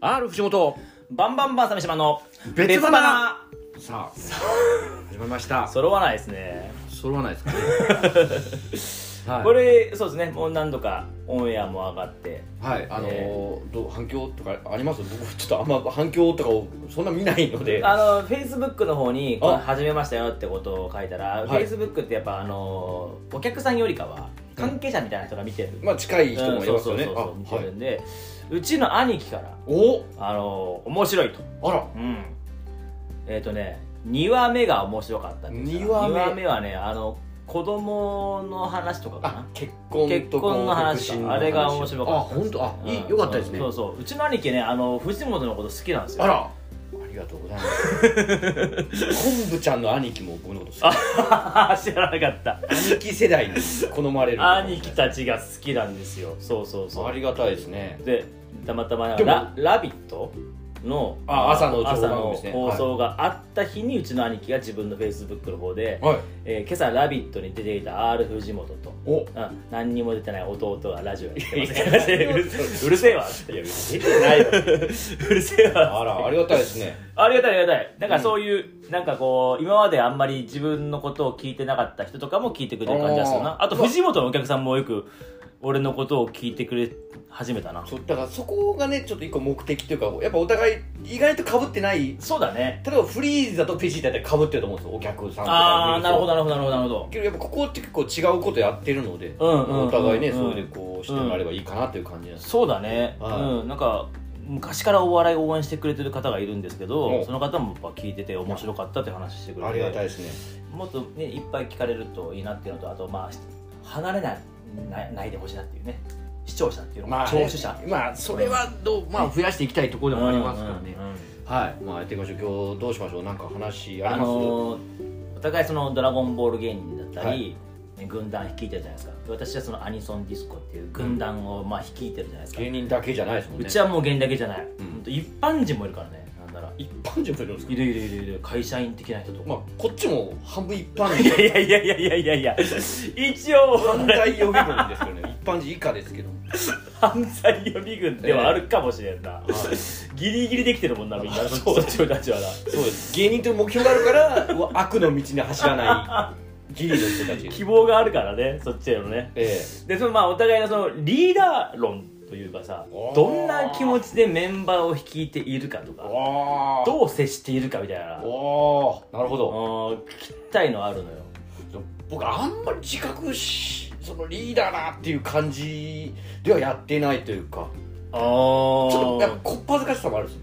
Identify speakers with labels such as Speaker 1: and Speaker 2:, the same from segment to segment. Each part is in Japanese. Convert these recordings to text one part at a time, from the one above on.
Speaker 1: R 藤本
Speaker 2: バンバンバンサメ島の
Speaker 1: 別
Speaker 2: バ
Speaker 1: 花
Speaker 2: ナ
Speaker 1: さあ始まりました
Speaker 2: 揃わないですね、
Speaker 1: 揃わないですかね はい
Speaker 2: これそうですねもう何度かオンエアも上がって
Speaker 1: はいあのー
Speaker 2: え
Speaker 1: どう反響とかあります僕ちょっとあんま反響とかをそんな見ないので
Speaker 2: あのフェイスブックの方に「
Speaker 1: あ
Speaker 2: これ始めましたよ」ってことを書いたらフ
Speaker 1: はい
Speaker 2: ェイスブックってやっぱあのお客さんよりかは関係者みたいな人が見てる、
Speaker 1: まあ近い人もいますよね
Speaker 2: うんそうそうそうそう見
Speaker 1: あ
Speaker 2: て
Speaker 1: は
Speaker 2: る
Speaker 1: い
Speaker 2: んで、うちの兄貴から
Speaker 1: お
Speaker 2: あの面白いと
Speaker 1: あら
Speaker 2: うんえっ、とね2話目が面白かったって言ってた
Speaker 1: 二話目
Speaker 2: 二はねあの子供の話とかか
Speaker 1: あ
Speaker 2: な
Speaker 1: 結婚と
Speaker 2: 結婚の話
Speaker 1: 告知
Speaker 2: あれが面白かった
Speaker 1: あ本当あ
Speaker 2: うん
Speaker 1: いいよかったですね
Speaker 2: そうそううちの兄貴ねあの藤本のこと好きなんですよ
Speaker 1: あらありがとうございます 昆布ちゃんの兄貴も僕のこと好き
Speaker 2: ら 知らなかった
Speaker 1: 兄貴世代に好まれる
Speaker 2: 兄貴たちが好きなんですよそうそうそ
Speaker 1: あ
Speaker 2: う
Speaker 1: りがたいですね
Speaker 2: でたまたま
Speaker 1: でも
Speaker 2: ラ「ラビット!」の
Speaker 1: あ朝の情報
Speaker 2: 朝
Speaker 1: 番組
Speaker 2: の
Speaker 1: ですね
Speaker 2: 放送があった日に、うちの兄貴が自分のフェイスブックの方で、
Speaker 1: はい
Speaker 2: えー今朝「ラビット!」に出ていた R 藤本と
Speaker 1: お
Speaker 2: うん何にも出てない弟がラジオやってま す
Speaker 1: いう
Speaker 2: るせえわって
Speaker 1: いや別に出て ないわ
Speaker 2: うるせえわ
Speaker 1: あらありがたいですね
Speaker 2: ありがたいありがたいなんかそういう、なんかこう今まであんまり自分のことを聞いてなかった人とかも聞いてくれる感じがする
Speaker 1: あ
Speaker 2: な
Speaker 1: ー
Speaker 2: あと藤本のお客さんもよく俺のことを聞いてくれ始めたな
Speaker 1: そうだからそこがねちょっと一個目的というかやっぱお互い意外とかぶってない
Speaker 2: そうだね
Speaker 1: 例えばフリーザとペジータってかぶってると思うんですよお客さんとか
Speaker 2: ああなるほどなるほどなるほどなるほど
Speaker 1: けどやっぱここって結構違うことやってるので、
Speaker 2: うんうんうん
Speaker 1: お互いね、
Speaker 2: うん
Speaker 1: それでこうしてもらえればいいかなという感じなんです、
Speaker 2: そうだね、
Speaker 1: はい
Speaker 2: うんなんか昔からお笑いを応援してくれてる方がいるんですけ
Speaker 1: お
Speaker 2: どその方もやっぱ聞いてて面白かったって話してくれて
Speaker 1: ありがたいですね
Speaker 2: もっと、ね、いっぱい聞かれるといいなっていうのとあとまあ離れないないないでほしいなっていうね視聴者っていうのも、聴取者
Speaker 1: ねまあそれはどう、まあ、増やしていきたいところでもありますからね、
Speaker 2: うんうんうん
Speaker 1: はいまあやっていきましょう今日どうしましょうなんか話あ
Speaker 2: あ
Speaker 1: ります、
Speaker 2: のーお互いその「ドラゴンボール」芸人だったり、軍団率いてるじゃないですか私はそのアニソンディスコっていう軍団をまあ率いてるじゃないですか、
Speaker 1: 芸人だけじゃないですもん
Speaker 2: う
Speaker 1: ね
Speaker 2: ちはもう芸人だけじゃない、
Speaker 1: うん
Speaker 2: ほんと一般人もいるからねなんならい
Speaker 1: 一般人もいるんですか
Speaker 2: いるいるいるいる会社員的な人とか、
Speaker 1: まあこっちも半分一般
Speaker 2: い
Speaker 1: 人
Speaker 2: やいやいやいやいやいやいや一応
Speaker 1: 反対予備軍ですけどね一般人以下ですけど
Speaker 2: 犯罪予備軍ではあるかもしれんな、ギリギリできてるもんなみん なそっちたちはな
Speaker 1: そうです芸人という目標があるからうわ悪の道に走らないギリの人たち
Speaker 2: 希望があるからねそっちへのね
Speaker 1: え
Speaker 2: でそのまあお互いのそのリーダー論というかさ
Speaker 1: おー
Speaker 2: どんな気持ちでメンバーを率いているかと
Speaker 1: え
Speaker 2: か
Speaker 1: おー
Speaker 2: どう接しているかみたいなうん
Speaker 1: おーなるほど
Speaker 2: 聞きたいのはあるのよ
Speaker 1: 僕あんまり自覚しそのリーダーなっていう感じではやってないというか
Speaker 2: あ
Speaker 1: ちょっとやっぱ
Speaker 2: あ
Speaker 1: こっぱずかしさもあるんですよ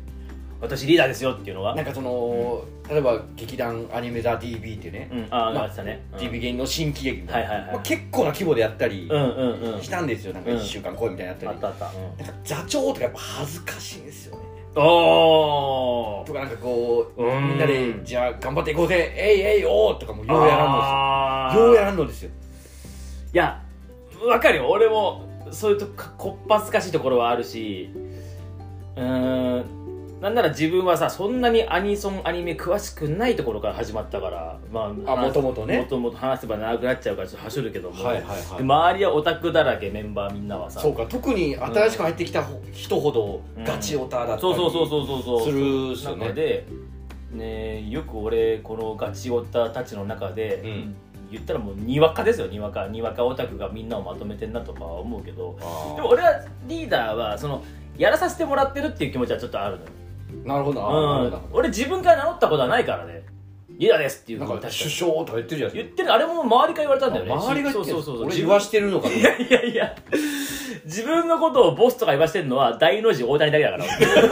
Speaker 2: 私リーダーですよっていうのは
Speaker 1: なんかその、例えば劇団アニメザ TV っていうね
Speaker 2: う、んあ
Speaker 1: ま
Speaker 2: あ
Speaker 1: あ
Speaker 2: なってたね、うん
Speaker 1: TV 芸人の新喜劇みたいな、
Speaker 2: はいはいはい
Speaker 1: まあ、結構な規模でやったり
Speaker 2: うんうんうん
Speaker 1: したんですよ、なんか1週間こうみたいなのやったり、
Speaker 2: あったあった、うん
Speaker 1: なんか座長とかやっぱ恥ずかしいんですよね
Speaker 2: おー
Speaker 1: とかなんかこう
Speaker 2: うん
Speaker 1: みんなでじゃあ頑張っていこうぜえいえいおーとかもようやら
Speaker 2: あ
Speaker 1: んのです
Speaker 2: ー
Speaker 1: よようやらんのですよ
Speaker 2: いやわかるよ俺もそういうとこかこっぱずかしいところはあるしうーんなんなら自分はさそんなにアニソンアニメ詳しくないところから始まったからまあ
Speaker 1: あもともと
Speaker 2: も
Speaker 1: ね
Speaker 2: ともと話せば長くなっちゃうからちょっと走るけども、
Speaker 1: はいはいはい
Speaker 2: で周りはオタクだらけメンバーみんなはさ
Speaker 1: そうか特に新しく入ってきた人ほどガチオタだった
Speaker 2: そう
Speaker 1: り
Speaker 2: そうそうそうそうそ
Speaker 1: す
Speaker 2: う
Speaker 1: るっすよ
Speaker 2: 中
Speaker 1: ね
Speaker 2: で、ね、よく俺このガチオタたちの中で、
Speaker 1: うん
Speaker 2: 言ったらもうにわかですよにわかにわかオタクがみんなをまとめてんなとかは思うけど
Speaker 1: あ
Speaker 2: でも俺はリーダーはそのやらさせてもらってるっていう気持ちはちょっとあるのよ
Speaker 1: ーなるほどあーなるほ
Speaker 2: うん、俺自分から名乗ったことはないからねリーダーですっていう
Speaker 1: どなんか
Speaker 2: 確かに
Speaker 1: 首相とか言ってるじゃない
Speaker 2: 言
Speaker 1: で
Speaker 2: ってるあれも周りから言われたんだよ
Speaker 1: す
Speaker 2: ね
Speaker 1: か周りが言ってる
Speaker 2: そうそうそうそ
Speaker 1: 俺
Speaker 2: う自
Speaker 1: 言
Speaker 2: 分
Speaker 1: わしてるのかない
Speaker 2: やいやいや自分のことをボスとか言わしてるのは大の字大谷だけだか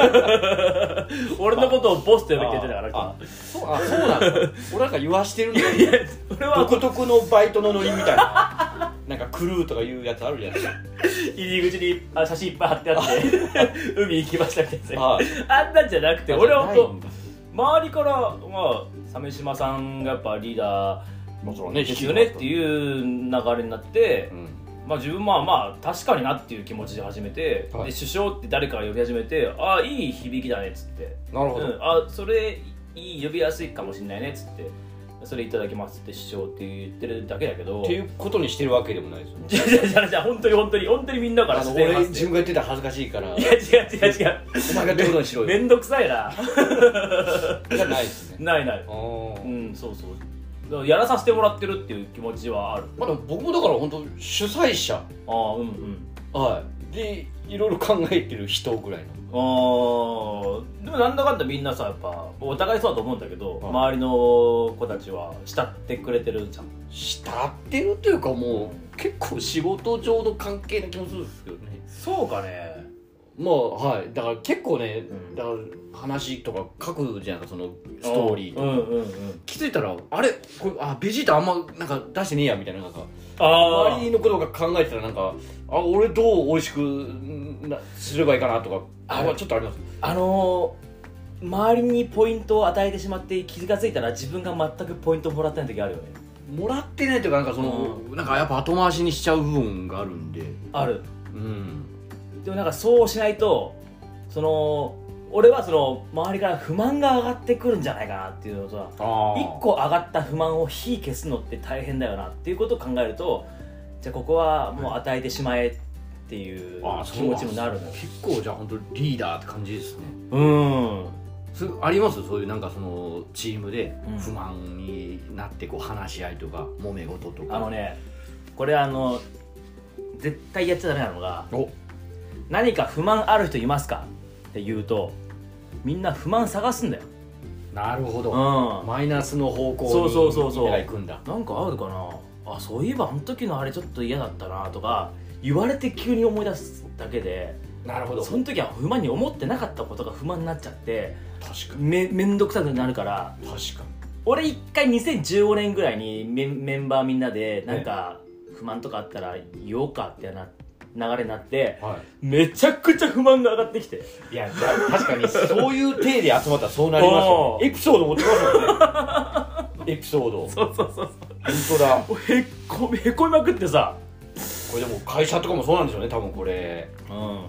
Speaker 2: ら 俺のことをボスと呼べって言ってたから
Speaker 1: あ
Speaker 2: あ
Speaker 1: そうあそうなんだ俺なんか言わしてるんだよ
Speaker 2: いや俺は
Speaker 1: 独特のバイトのノリみたいななんかクルーとかいうやつあるじゃないですか
Speaker 2: 入り口にあ写真いっぱい貼ってあ って海行きましたみたいなやつ
Speaker 1: はい
Speaker 2: あんなんじゃなくて俺は
Speaker 1: ないん
Speaker 2: 本
Speaker 1: だ
Speaker 2: 当周りからまあ鮫島さんがやっぱリーダ
Speaker 1: もちろん
Speaker 2: ー
Speaker 1: ね
Speaker 2: ですよねっていう流れになって、
Speaker 1: うん
Speaker 2: まあ自分まあまあ確かになっていう気持ちで始めて、
Speaker 1: はい
Speaker 2: で首相って誰かが呼び始めてああいい響きだねっつって、
Speaker 1: なる
Speaker 2: う
Speaker 1: ほど、
Speaker 2: ん、あそれいい呼びやすいかもしれないねっつってそれいただきますって師匠って言ってるだけだけど
Speaker 1: っていうことにしてるわけでもないですよ
Speaker 2: じゃじゃじゃじゃ本当に本当に本当にみんなか
Speaker 1: あ
Speaker 2: ら
Speaker 1: の
Speaker 2: 自然
Speaker 1: 俺
Speaker 2: 発
Speaker 1: 自
Speaker 2: 生
Speaker 1: 分が言ってたら恥ずかしいから
Speaker 2: いや違う違 う違う
Speaker 1: お前がどうにしろ
Speaker 2: め
Speaker 1: よ
Speaker 2: んどくさいな
Speaker 1: じゃないですね
Speaker 2: ないない
Speaker 1: あ
Speaker 2: う
Speaker 1: ー
Speaker 2: んそうそうだからやらさせてもらってるっていう気持ちはある
Speaker 1: まあでも僕もだから本当主催者
Speaker 2: ああうんうん
Speaker 1: はいでいろいろ考えてる人ぐらいの
Speaker 2: あーでもなんだかんだみんなさやっぱお互いそうだと思うんだけど、
Speaker 1: うん
Speaker 2: 周りの子たちは慕ってくれてるじゃん
Speaker 1: 慕ってるというかもう結構仕事上の関係な気もするんですけどね
Speaker 2: そうかね
Speaker 1: まあはいだから結構ね、
Speaker 2: うん
Speaker 1: だから話とか書くじゃんそのストーリー、
Speaker 2: うんうんうん
Speaker 1: 気づいたらあれこれあベジータあんまなんか出してねえやみたいななんか
Speaker 2: あ
Speaker 1: 周りのことが考えてたらなんかあ俺どう美味しくんなすればいいかなとか
Speaker 2: あ
Speaker 1: あ
Speaker 2: れ
Speaker 1: ちょっとあります
Speaker 2: あのー周りにポイントを与えてしまって気がついたら自分が全くポイントもらってない時あるよね
Speaker 1: もらってないというかなんかその、なんかやっぱ後回しにしちゃう部分があるんで
Speaker 2: ある
Speaker 1: うん
Speaker 2: でもなんかそうしないとその俺はその周りから不満が上がってくるんじゃないかなっていうのとさ
Speaker 1: あ
Speaker 2: 1個上がった不満を火消すのって大変だよなっていうことを考えるとじゃあここはもう与えてしまえっていう
Speaker 1: あー
Speaker 2: 気持ちもなるのよ
Speaker 1: 結構じゃあ本当リーダーって感じですね
Speaker 2: うん
Speaker 1: すありますそういうなんかそのチームで
Speaker 2: うん
Speaker 1: 不満になってこう話し合いとか揉め事とか
Speaker 2: あのねこれあの絶対やっちゃダメなのが
Speaker 1: お
Speaker 2: 「何か不満ある人いますか?」って言うとみんな不満探すんだよ
Speaker 1: なるほ
Speaker 2: う
Speaker 1: ど、
Speaker 2: ん
Speaker 1: マイナスの方向に
Speaker 2: そうそうそうそう
Speaker 1: みんなが行くんだ
Speaker 2: なんかあるかなあそういえばあの時のあれちょっと嫌だったなとか言われて急に思い出すだけで
Speaker 1: なるほど
Speaker 2: その時は不満に思ってなかったことが不満になっちゃって
Speaker 1: 確か
Speaker 2: めめんどくさくなるから
Speaker 1: に確かに
Speaker 2: 俺一回2015年ぐらいにメンメンバーみんなでなんか不満とかあったら言おうかってな流れになって
Speaker 1: は
Speaker 2: めちゃくちゃ不満が上がってきて
Speaker 1: い、いやじゃあ確かにそういう体で集まったらそうなりますよ
Speaker 2: おー
Speaker 1: ねエピソード持ってますもんねエピソード本
Speaker 2: そうそうそう
Speaker 1: 当だ
Speaker 2: そうへっこへこみまくってさ、
Speaker 1: これでも会社とかもそうなんでしょうね多分これ
Speaker 2: うん、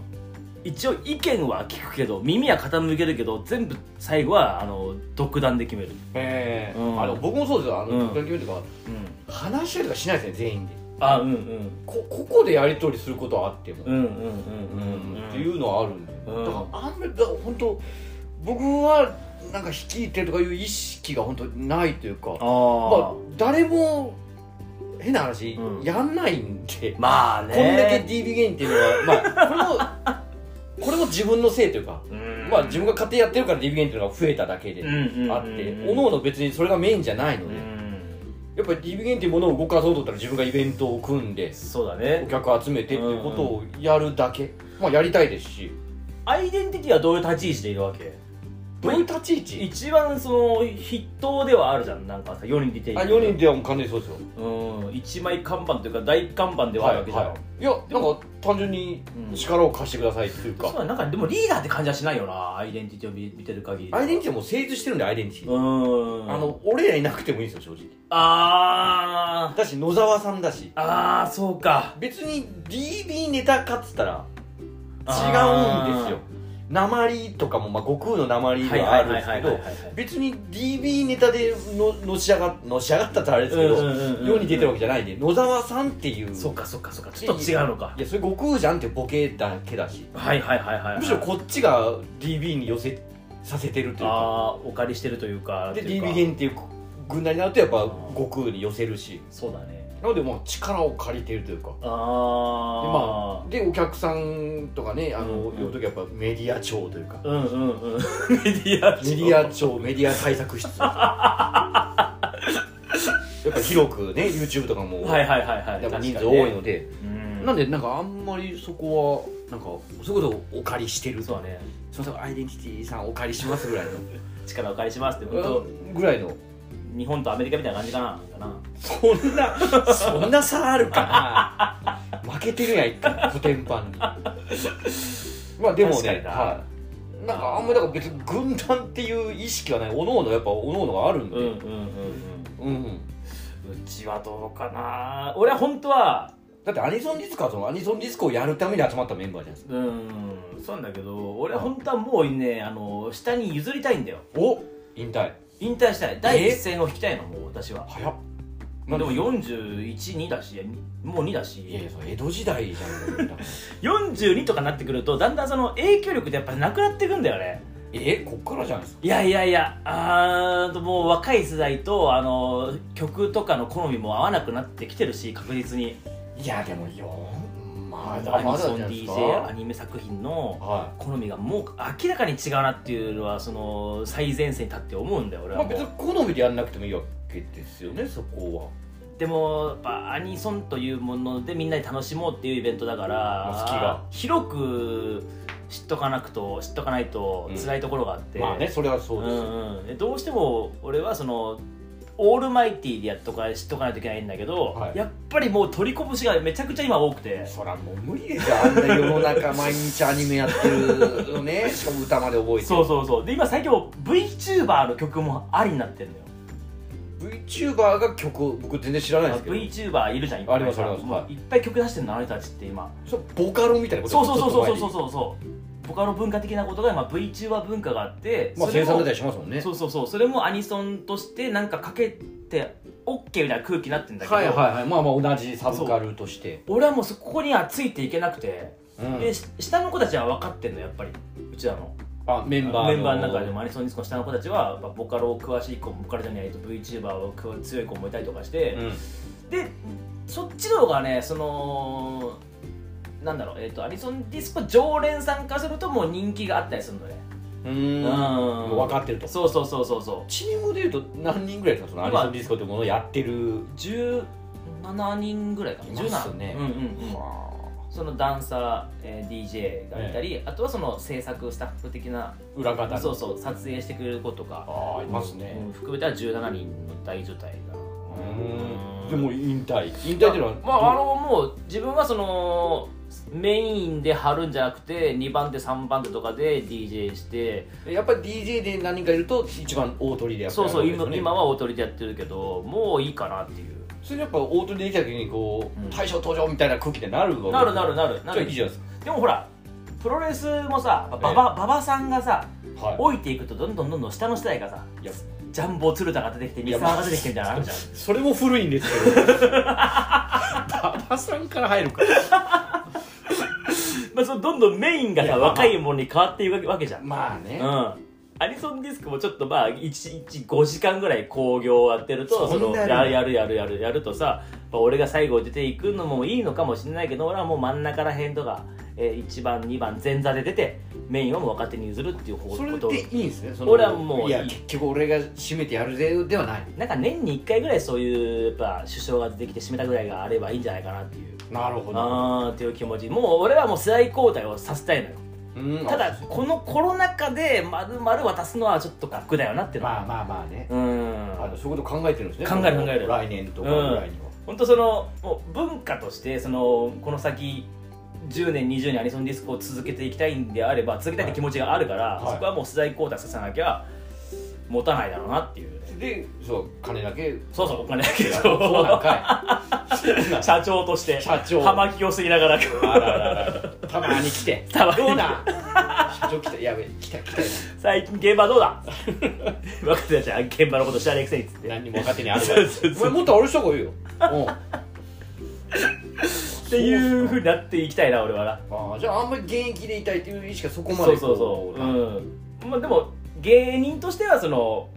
Speaker 2: 一応意見は聞くけど耳は傾けるけど全部最後はあの独断で決める、
Speaker 1: ええ
Speaker 2: うん
Speaker 1: あの僕もそうですよあの、
Speaker 2: うん
Speaker 1: 時々とか
Speaker 2: うん、
Speaker 1: 話し合いとかしないですね全員で
Speaker 2: あうんうん
Speaker 1: こここでやり取りすることはあっても、
Speaker 2: うんうんうんうんうん
Speaker 1: っていうのはあるんで、
Speaker 2: うん
Speaker 1: だからあんまりだから本当僕はなんか率いてるとかいう意識が本当ないというか
Speaker 2: あ
Speaker 1: まあ
Speaker 2: ー、
Speaker 1: 誰も変な話、
Speaker 2: うん
Speaker 1: やんないんで、
Speaker 2: まあね
Speaker 1: こんだけ DB ゲインっていうのは、 まあ、これもこれも自分のせいというか、
Speaker 2: うん
Speaker 1: まあ、自分が勝手にやってるから DB ゲインっていうのが増えただけであって、各々別にそれがメインじゃないので、やっぱり DB ゲインっていうものを動かそうと思ったら自分がイベントを組んで
Speaker 2: そうだ
Speaker 1: お
Speaker 2: ね
Speaker 1: 客集めてっていうことをやるだけ、まあ、やりたいですし
Speaker 2: アイデンティティはどういう立ち位置でいるわけ
Speaker 1: どういう立ち位置
Speaker 2: 一番その筆頭ではあるじゃんなんかさ4人出てい
Speaker 1: あ4人ではもう完全にそうですよ
Speaker 2: うん一枚看板というか大看板ではあ
Speaker 1: は
Speaker 2: る
Speaker 1: い
Speaker 2: わけじゃん、
Speaker 1: はいいやなんか単純に
Speaker 2: うん
Speaker 1: 力を貸してくださいっていうか、
Speaker 2: そうだなんかでもリーダーって感じはしないよなアイデンティティを見見てる限り
Speaker 1: アイデンティテ
Speaker 2: ィ
Speaker 1: ィはもう成立してるんでアイデンティティ、
Speaker 2: うん
Speaker 1: あの俺らいなくてもいいんですよ正直
Speaker 2: あー
Speaker 1: だし野沢さんだし
Speaker 2: あーそうか
Speaker 1: 別に DB ネタかっつったら
Speaker 2: あ
Speaker 1: 違
Speaker 2: ー
Speaker 1: うんですよ鉛とかも、まあ、悟空の鉛
Speaker 2: はい
Speaker 1: では
Speaker 2: は
Speaker 1: あ
Speaker 2: い
Speaker 1: るんで
Speaker 2: はい
Speaker 1: す
Speaker 2: は
Speaker 1: け
Speaker 2: いはい
Speaker 1: ど
Speaker 2: はい
Speaker 1: 別に DB ネタでののし上がのし上がったってあれですけど、
Speaker 2: うんうんうんうん
Speaker 1: 世に出てるわけじゃないんで野沢さんっていう
Speaker 2: そっかそっかそっかちょっと違うのか
Speaker 1: いやそれ悟空じゃんっていうボケだけだし
Speaker 2: はいはいはいはいはい
Speaker 1: むしろこっちが DB に寄せさせてるというか
Speaker 2: ああお借りしてるというか
Speaker 1: で
Speaker 2: というか
Speaker 1: DB 編っていう軍団になるとやっぱ悟空に寄せるし
Speaker 2: そうだね
Speaker 1: なのでもう力を借りてるというか
Speaker 2: あ
Speaker 1: でお客さんとかねあの、
Speaker 2: うんうん
Speaker 1: 呼ぶ時はやっぱメディア庁というか
Speaker 2: あ、うんうんうんメディ
Speaker 1: メ
Speaker 2: ア
Speaker 1: ディア庁メディア対策 室やっぱ広くね YouTube とかも、
Speaker 2: はいはいはいはい
Speaker 1: やっぱ人数
Speaker 2: 確かに
Speaker 1: 多
Speaker 2: ね
Speaker 1: いので、
Speaker 2: うん
Speaker 1: なんでなんかあんまりそこはなんかそういうことをお借りしてる
Speaker 2: そう
Speaker 1: と
Speaker 2: だね
Speaker 1: すいませんアイデンティティさんお借りしますぐらいの
Speaker 2: 力お借りしますって本当
Speaker 1: ぐらいの
Speaker 2: 日本とアメリカみたいな感じかなかな
Speaker 1: そんなそんな差あるかな負けてるやん一回古典版にまあでも
Speaker 2: 確かに
Speaker 1: ね
Speaker 2: な
Speaker 1: はいなんかあんまりだから別に軍団っていう意識はないおのおのやっぱおのおのがあるんで
Speaker 2: うんうんうん
Speaker 1: うん、
Speaker 2: うんうちはどうかな俺は本当は
Speaker 1: だってアニソンディスコはそのアニソンディスコをやるために集まったメンバーじゃないですか
Speaker 2: うんそうなんだけど俺は本当はもうねあの下に譲りたいんだよ
Speaker 1: お引退
Speaker 3: 引退したい第一線を引きたいのもう私は
Speaker 1: 早っ
Speaker 3: まあでも
Speaker 1: い
Speaker 3: 412だしもう2だ
Speaker 1: やいや
Speaker 3: し
Speaker 1: それ江戸時代じゃん だから
Speaker 2: 42とかなってくるとだんだんその影響力ってやっぱなくなってくんだよね
Speaker 1: えこっからじゃないですか
Speaker 2: いやいやいやあーもう若い世代とあの曲とかの好みも合わなくなってきてるし確実に
Speaker 1: いやでもよまだ
Speaker 2: ア
Speaker 1: まだ
Speaker 2: ニ
Speaker 1: じ
Speaker 2: ソ
Speaker 1: ゃ
Speaker 2: ン
Speaker 1: ないですか
Speaker 2: DJ アニメ作品の
Speaker 1: は
Speaker 2: 好みがもう明らかに違うなっていうのはその最前線に立って思うんだよ
Speaker 1: い
Speaker 2: 俺
Speaker 1: ま
Speaker 2: は
Speaker 1: あ
Speaker 2: もう
Speaker 1: 別に好みでやんなくてもいいわけですよねそこ
Speaker 2: でもやっぱアニソンというものでみんなで楽しもうっていうイベントだから
Speaker 1: 好きが
Speaker 2: 広く知っとかなくと知っとかないと辛いところがあって、
Speaker 1: はまあねそれはそう
Speaker 2: う
Speaker 1: ですよ
Speaker 2: んうんでどうしても俺はそのオールマイティでやっとか知っとかないといけないんだけど、
Speaker 1: はい
Speaker 2: やっぱりもう取りこぼしがめちゃくちゃ今多くて
Speaker 1: そらもう無理ですよあんな世の中毎日アニメやってるの ねしかも歌まで覚えて
Speaker 2: そうそうそうで今最近もう VTuber の曲もありになってるのよ
Speaker 1: VTuber が曲を僕全然知らないですけど
Speaker 2: VTuber いるじゃんいっぱい
Speaker 1: ありますあります
Speaker 2: もう
Speaker 1: はい
Speaker 2: っぱい曲出してるのあの人たちって今
Speaker 1: それボカロみたいなこと
Speaker 2: そうそうそうそうそう
Speaker 1: う
Speaker 2: そうそうボカロ文化的なことが今 VTuber 文化があって
Speaker 1: まあ
Speaker 2: それ
Speaker 1: 生産
Speaker 2: も
Speaker 1: 出たりしますもんね
Speaker 2: そうそうそうそれもアニソンとしてなんかかけて OK みたいな空気になってんだけど、
Speaker 1: はいはいはいまあまあ同じサブカルとして
Speaker 2: 俺はもうそこにはついていけなくて、
Speaker 1: うん
Speaker 2: でし下の子たちは分かってんのやっぱりうちらの
Speaker 1: あメ
Speaker 2: メ
Speaker 1: ン
Speaker 2: ン
Speaker 1: バー
Speaker 2: バーの中でもアニソンディスコの下の子たちはやっぱボカロ詳しい子もボカロじゃないと VTuber を詳強い子もいたりとかして、
Speaker 1: うん
Speaker 2: でそっちの方がねそのなんだろう、えー、とアニソンディスコ常連さんからするともう人気があったりするのね
Speaker 1: う
Speaker 2: うん
Speaker 1: ん分かってると
Speaker 2: そうそうそうそうそう
Speaker 1: チームでいうと何人ぐらいですかそのアニソンディスコってものをやってる
Speaker 2: 17人ぐらいかない
Speaker 1: ますね
Speaker 2: 17うんうんうん、そのダンサー、えー DJ がいたり、あとはその制作スタッフ的な
Speaker 1: 裏方
Speaker 2: そううそう撮影してくれる子とか
Speaker 1: ああいますね
Speaker 2: うん含めたら17人の大所帯だな
Speaker 1: うん
Speaker 2: うん
Speaker 1: でも引退引退っていうのは
Speaker 2: まああのもう自分はそのメインで張るんじゃなくて2番手3番手とかで DJ して
Speaker 1: やっぱり DJ で何人かいると一番大鳥でやっぱ
Speaker 2: そ
Speaker 1: り
Speaker 2: うそう
Speaker 1: やるわ
Speaker 2: 今
Speaker 1: けですよね
Speaker 2: 今は大鳥でやってるけどもういいかなっていう
Speaker 1: それでやっぱ大鳥できた時にこう、
Speaker 2: うん
Speaker 1: 大将登場みたいな空気でなるわけ
Speaker 2: なるなるなるな
Speaker 1: じゃあい
Speaker 2: る
Speaker 1: いじゃないで
Speaker 2: でもほらプロレスもさ馬場
Speaker 1: ええ
Speaker 2: 馬場さんがさ
Speaker 1: すかは
Speaker 2: 老いていくとどんどんどんどん下の世代がさ
Speaker 1: いいや
Speaker 2: ジャンボ鶴田が出てきて
Speaker 1: い
Speaker 2: 三
Speaker 1: や
Speaker 2: 沢が出てきてみたいなのあるじゃん
Speaker 1: それも古いんですけど 馬場さんから入るか
Speaker 2: まあそのどんどんメインが
Speaker 1: いや
Speaker 2: さ
Speaker 1: まあまあ
Speaker 2: 若いものに変わっていくわけじゃん
Speaker 1: まあね、
Speaker 2: うんアニソンディスクもちょっとまあ115時間ぐらい興行をやってる
Speaker 1: そ
Speaker 2: とそ
Speaker 1: んな
Speaker 2: の
Speaker 1: やる
Speaker 2: ややるやるやるやるとさやっぱ俺が最後出ていくのもいいのかもしれないけど俺はもう真ん中らへんとか、えー、1番2番前座で出てメインをもう若手に譲るっていう方
Speaker 1: それ
Speaker 2: ことを
Speaker 1: でいいんですねそ
Speaker 2: 俺はもういい
Speaker 1: いや結局俺が締めてやるぜではない
Speaker 2: なんか年に1回ぐらいそういうやっぱ首相ができて締めたぐらいがあればいいんじゃないかなっていう
Speaker 1: なるほ
Speaker 2: あーっていう気持ちもう俺はもう世代交代をさせたいのよ
Speaker 1: うん
Speaker 2: ただ
Speaker 1: あ
Speaker 2: このコロナ禍でまるまる渡すのはちょっと楽だよなっていうのは、
Speaker 1: まあまあまあね、
Speaker 2: うん
Speaker 1: あのそういうこと考えてるんですね
Speaker 2: 考える考える
Speaker 1: 来年とかぐらいには、
Speaker 2: 本当そのもう文化としてそのこの先10年20年アニソンディスコを続けていきたいんであれば続けたいって気持ちがあるから、
Speaker 1: はい
Speaker 2: そこはもう世代交代させなきゃ持たないだろうなっていうね
Speaker 1: でそう金だけ
Speaker 2: そう そうお金だけど
Speaker 1: そうなんかい
Speaker 2: 社長として
Speaker 1: 社長
Speaker 2: 葉巻を吸いながら
Speaker 1: あららららたまに来て
Speaker 2: たまに
Speaker 1: どうだ社長来たやべえ来た来たよ
Speaker 2: 最近現場ど うだ若手たちは現場のこと知らねえくせにっつって
Speaker 1: 何にも勝手にある
Speaker 2: そうそう
Speaker 1: お前もっとあれした方がいいようん
Speaker 2: っていうふうになっていきたいな俺はな
Speaker 1: ああじゃああんまり現役でいたいっていう意識はそこま
Speaker 2: そ
Speaker 1: で
Speaker 2: うそうそう
Speaker 1: こ
Speaker 2: うんまあでも芸人としてはその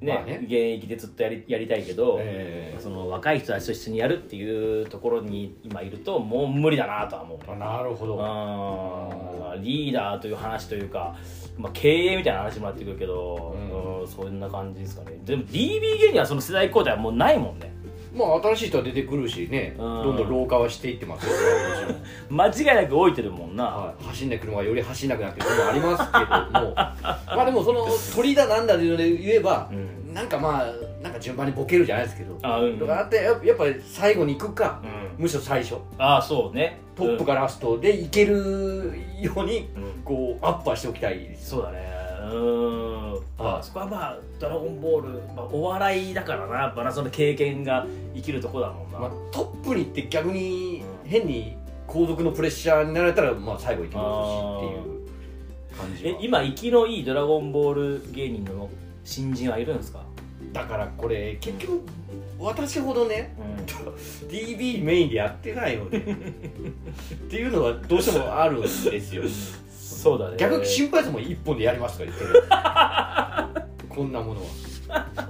Speaker 2: ね,、
Speaker 1: まあね
Speaker 2: 現役でずっとやりやりたいけど、
Speaker 1: え
Speaker 2: その若い人たちと一緒にやるっていうところに今いるともう無理だなとは思う
Speaker 1: えなるほど
Speaker 2: うんリーダーという話というか、まあ、経営みたいな話もなってくるけど、
Speaker 1: うん
Speaker 2: うんそんな感じですかねでも DB 芸人はその世代交代はもうないもんね
Speaker 1: まあ新しい人は出てくるしね
Speaker 2: うん
Speaker 1: どんどん老化はしていってますよもちろん
Speaker 2: 間違いなく老いてるもんな、
Speaker 1: はい走んない車がより走んなくなってることもありますけども まあでもその鳥だなんだっていうので言えば
Speaker 2: うん
Speaker 1: なんかまあなんか順番にボケるじゃないですけど
Speaker 2: あうん
Speaker 1: だからあってやっぱり最後に行くか
Speaker 2: うん
Speaker 1: むしろ最初
Speaker 2: ああそうね
Speaker 1: トップか
Speaker 2: が、
Speaker 1: らラストでいけるように
Speaker 2: うん
Speaker 1: こうアッパーしておきたいです
Speaker 2: そうだねうーん
Speaker 1: は
Speaker 2: あ
Speaker 1: い
Speaker 2: そこはまあ「ドラゴンボール」まあ、お笑いだからなやっぱなその経験が生きるとこだもんな、
Speaker 1: まあ、トップに行って逆に変に後続のプレッシャーになられたら、まあ、最後行きますしっていう感じは
Speaker 2: え今生きのいい「ドラゴンボール」芸人の新人はいるんですか
Speaker 1: だからこれ結局私ほどね
Speaker 2: うん
Speaker 1: DB メインでやってないのでっていうのはどうしてもあるんですよ
Speaker 2: そうだね
Speaker 1: 逆に心配さもん一本でやりますとか言ってるこんなものは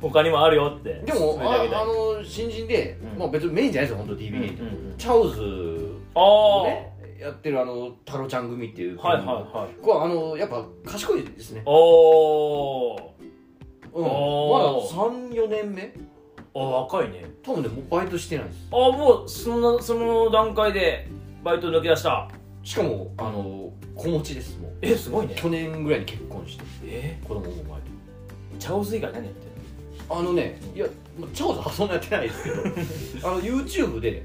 Speaker 2: 他にもあるよって
Speaker 1: でも
Speaker 2: 勧めて
Speaker 1: あ
Speaker 2: あげたい
Speaker 1: あの新人で、
Speaker 2: うん
Speaker 1: まあ、別にメインじゃないですよ本当 DB メインって、
Speaker 2: うんうん
Speaker 1: チャオズ
Speaker 2: あ
Speaker 1: を
Speaker 2: あ、
Speaker 1: ねやってるあの太郎ちゃん組っていう
Speaker 2: はいはいはい
Speaker 1: ここはあのやっぱ賢いですね、
Speaker 2: おお
Speaker 1: うん、まだ
Speaker 2: おー
Speaker 1: 34年目
Speaker 2: あ若いね
Speaker 1: 多分ねもうバイトしてないです
Speaker 2: あもうそのその段階でバイト抜け出した
Speaker 1: しかもあの子持ちですもう
Speaker 2: えすごいね
Speaker 1: 去年ぐらいに結婚して
Speaker 2: え
Speaker 1: 子供も生まれて
Speaker 2: チャオズ以外何やってんの
Speaker 1: あのねいやまあチャオズはそんなやってないです けどあの YouTube で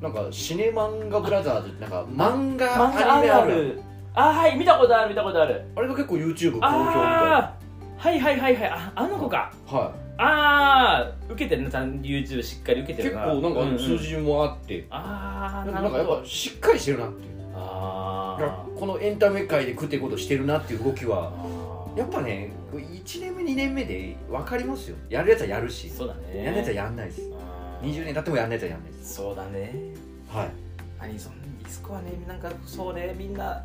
Speaker 1: なんかシネマンガブラザーズってなんか漫画
Speaker 2: 漫画
Speaker 1: ア
Speaker 2: あ
Speaker 1: ニメ
Speaker 2: る
Speaker 1: あ
Speaker 2: あ
Speaker 1: るある
Speaker 2: るあはい見たことある見たことある
Speaker 1: あれが結構 YouTube 好評みたいな
Speaker 2: ああはいはいはいはいああの子か
Speaker 1: は
Speaker 2: ああ受けてるなちゃん YouTube しっかり受
Speaker 1: い
Speaker 2: けて
Speaker 1: 結
Speaker 2: る
Speaker 1: 構な
Speaker 2: な
Speaker 1: んか数
Speaker 2: うんうん
Speaker 1: 字もあって、
Speaker 2: ああな
Speaker 1: な
Speaker 2: る
Speaker 1: んか
Speaker 2: ほ
Speaker 1: やっ
Speaker 2: ど
Speaker 1: ぱしっかりしてるなっていう
Speaker 2: あ
Speaker 1: だから
Speaker 2: ー
Speaker 1: このエンタメ界で食っていくことしてるなっていう動きは
Speaker 2: あー
Speaker 1: やっぱね1年目2年目で分かりますよやるやつはやるし
Speaker 2: そうだね
Speaker 1: やんないやつはやんないです
Speaker 2: あー
Speaker 1: 20年経ってもやんないやつはやんないです
Speaker 2: そうだね
Speaker 1: はい
Speaker 2: アニソンディスコはねなんかそうねみんな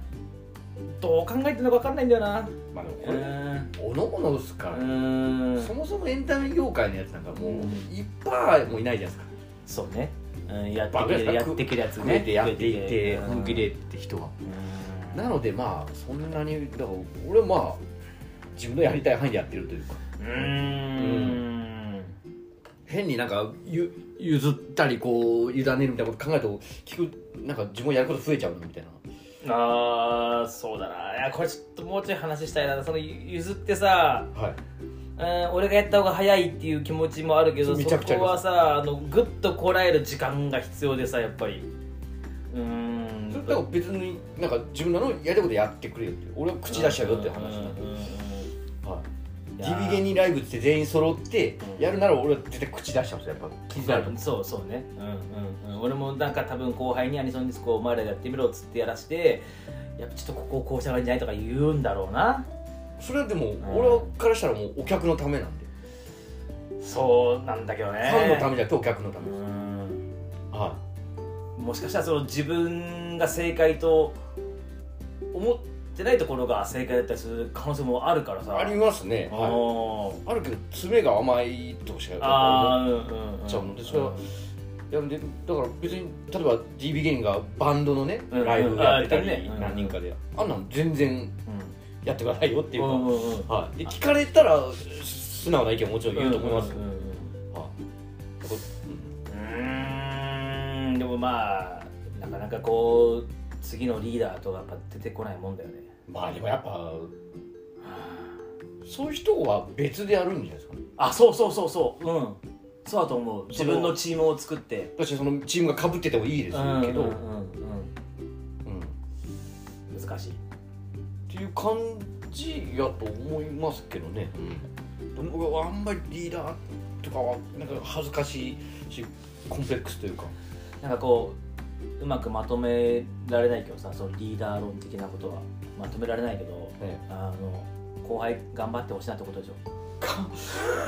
Speaker 2: どう考えてるのか分かんないんだよな
Speaker 1: まあでもこ
Speaker 2: う
Speaker 1: れ
Speaker 2: ーん
Speaker 1: おのおのですから、
Speaker 2: うーん
Speaker 1: そもそもエンタメ業界のやつなんかもう
Speaker 2: うん
Speaker 1: いっぱいもいないじゃないですか
Speaker 2: そうね、うん、やっ
Speaker 1: バカ
Speaker 2: て
Speaker 1: です
Speaker 2: け
Speaker 1: か
Speaker 2: るやってけるやつ
Speaker 1: 増
Speaker 2: ね
Speaker 1: えてやっていて
Speaker 2: うん
Speaker 1: 本気でって人は
Speaker 2: うん
Speaker 1: なのでまあそんなにだから俺はまあ自分のやりたい範囲でやってるというか
Speaker 2: うーん
Speaker 1: 変になんかゆ譲ったりこう委ねるみたいなこと考えると聞くなんか自分やること増えちゃうなみたいな
Speaker 2: あーそうだないやこれちょっともうちょい話したいなその譲ってさ、
Speaker 1: はい
Speaker 2: うん、俺がやった方が早いっていう気持ちもあるけど
Speaker 1: め
Speaker 2: そ
Speaker 1: ちゃくちゃあり
Speaker 2: こ
Speaker 1: ま
Speaker 2: は
Speaker 1: す
Speaker 2: さあのグッとこらえる時間が必要でさやっぱりうーん
Speaker 1: それだから別になんか自分らのやりたいことやってくれよって俺は口出しちゃうよって話
Speaker 2: うん
Speaker 1: なんで、
Speaker 2: うんうん
Speaker 1: はい
Speaker 2: いや
Speaker 1: ジ
Speaker 2: ー
Speaker 1: ビゲにライブって全員揃って
Speaker 2: うん
Speaker 1: やるなら俺は絶対口出しちゃうんですよやっぱ気になると思う
Speaker 2: そうそうね、うんうんうん、俺もなんか多分後輩にアニソンディスコをお前らやってみろっつってやらしてやっぱちょっとここをこうした方がいいんじゃないとか言うんだろうな
Speaker 1: それはでも
Speaker 2: ん
Speaker 1: 俺からしたらもうお客のためなんで
Speaker 2: そうなんだけどね
Speaker 1: ファンのためじゃなくてお客のためです
Speaker 2: うん
Speaker 1: は
Speaker 2: もしかしたらその自分が正解と思ってないところが正解だったりする可能性もあるから
Speaker 1: い
Speaker 2: さ
Speaker 1: ありますね
Speaker 2: あ
Speaker 1: はい
Speaker 2: ー
Speaker 1: あるけど爪が甘いとしか
Speaker 2: あ
Speaker 1: やっ
Speaker 2: ーうんうんうん
Speaker 1: ちゃうのでそれはいやでだから別に例えば d b ゲンがバンドのね
Speaker 2: うん
Speaker 1: ライブやってた
Speaker 2: あやってる
Speaker 1: り
Speaker 2: ねうん
Speaker 1: 何人かであんなん全然
Speaker 2: う
Speaker 1: やってくださいよっていうん
Speaker 2: う
Speaker 1: か
Speaker 2: んうんうん
Speaker 1: はい、で聞かれたら素直な意見ももちろん言うと思いますよ、
Speaker 2: うんうんうん
Speaker 1: はいこ
Speaker 2: うーんでもまあなかなかこう次のリーダーとかやっぱ出てこないもんだよね
Speaker 1: まあでもやっぱそういう人は別でやるんじゃないですかね
Speaker 2: あそうそうそうそううんそうだと思う自分のチームを作って
Speaker 1: 確かにそのチームがかぶっててもいいですけど、う
Speaker 2: う
Speaker 1: んん
Speaker 2: うんうんうん難しい
Speaker 1: っていう感じやと思いますけどね、でも僕はあんまりリーダーとかはなんか恥ずかしいしコンプレックスというか
Speaker 2: なんかこううまくまとめられないけどさそのリーダー論的なことはまとめられないけどあの後輩頑張ってほしいなってことでしょ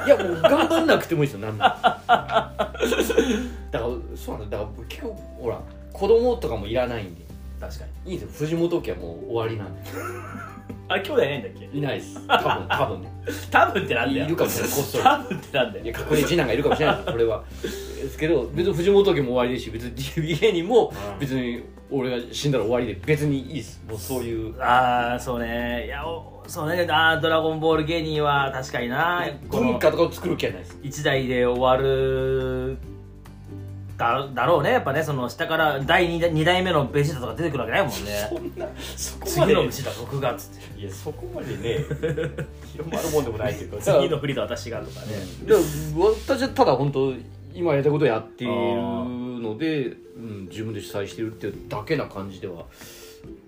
Speaker 1: いやもう頑張んなくてもいいですよ なんならだからそうなんだだから結構ほら子供とかもいらないんで
Speaker 2: 確かに
Speaker 1: いいんですよ藤本家はもう終わりなんで
Speaker 2: あ兄弟いないんだっけ
Speaker 1: いないです 多分多分ね
Speaker 2: 多分ってなんだよ
Speaker 1: いるかもしれないこっそり
Speaker 2: 多分ってなんだよ
Speaker 1: いや隠れ次男がいるかもしれないですこれは ですけど別に藤本家も終わりですし別に DBA にも別に俺が死んだら終わりで別にいいですもうそういう
Speaker 2: ああそうねいやおそうねあードラゴンボール芸人は確かになこの
Speaker 1: 文化とかを作る気はないです
Speaker 2: 一代で終わるだだろうねやっぱねその下から第 2, 二代目のベジータとか出てくるわけないもんね
Speaker 1: んなそこ
Speaker 2: 次のベジータ僕がっつって
Speaker 1: いやそこまで ね広まるもんでもないけど
Speaker 2: 次のフリーター私がとかね
Speaker 1: でも私はただ本当今やりたいことやっているので、うん、自分で主催してるっていうだけな感じでは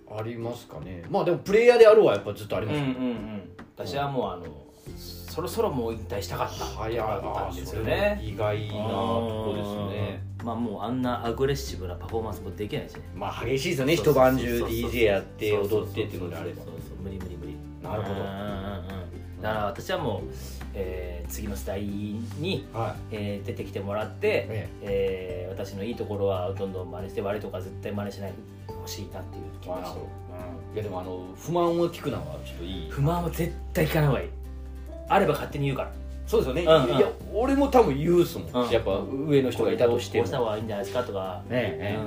Speaker 1: ありますかねまあでもプレイヤーであろうはやっぱずっとあり
Speaker 2: うん
Speaker 1: ます、
Speaker 2: うんうん私はもうあのそろそろもう引退したかった
Speaker 1: 早かった
Speaker 2: ん
Speaker 1: ん
Speaker 2: で
Speaker 1: ですす
Speaker 2: よ
Speaker 1: よ
Speaker 2: ね
Speaker 1: ね意外なとこですね
Speaker 2: まあもうあんなアグレッシブなパフォーマンスもできないしね
Speaker 1: まあ激しいですよね
Speaker 2: そ
Speaker 1: 一
Speaker 2: うそうそう
Speaker 1: 晩中 DJ やって踊ってっていうのであれば
Speaker 2: そうそうそうそう無理無理無理
Speaker 1: なるほど
Speaker 2: うんうんうんだから私はもう、えー次の世代に、
Speaker 1: はい
Speaker 2: えー出てきてもらって、
Speaker 1: え
Speaker 2: えー私のいいところはどんどん真似して悪いところは絶対真似しないでほしいなっていう気持ち
Speaker 1: なるほど
Speaker 2: うん
Speaker 1: いやでもあの不満を聞くのはちょっといい
Speaker 2: 不満は絶対聞かない方がいいあれば勝手に言うから
Speaker 1: そうですよね、
Speaker 2: うんうん
Speaker 1: いや俺も多分言うっすもん、
Speaker 2: うん
Speaker 1: やっぱ上の人がいたとして
Speaker 2: こ
Speaker 1: も
Speaker 2: うした方がいいんじゃないですかとか、
Speaker 1: ねえね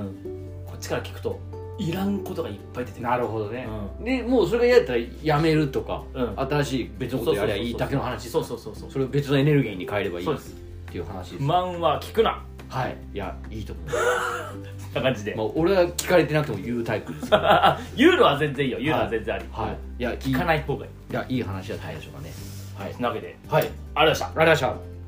Speaker 2: うん、こっちから聞くといらんことがいっぱい出て
Speaker 1: え
Speaker 2: くる
Speaker 1: なるほどね、でもうそれが嫌だったらやめるとか、
Speaker 2: うん
Speaker 1: 新しい別のことやりゃいいだけの話です
Speaker 2: そうそうそうそう
Speaker 1: それを別のエネルギーに変えればいい
Speaker 2: そう
Speaker 1: っ
Speaker 2: です
Speaker 1: ていう話です
Speaker 2: 不満は聞くな
Speaker 1: はいいやいいと思う、
Speaker 2: そんな感じで、
Speaker 1: まあ、俺は聞かれてなくても言うタイプですから、
Speaker 2: 言うのは全然いいよ言うのは全然あり、
Speaker 1: はい、いやいい
Speaker 2: 聞かない方がいい
Speaker 1: いやいい話だったでしょうかねはい
Speaker 2: そんなわけで
Speaker 1: はいありがとう
Speaker 2: ありがとうございました
Speaker 1: ございました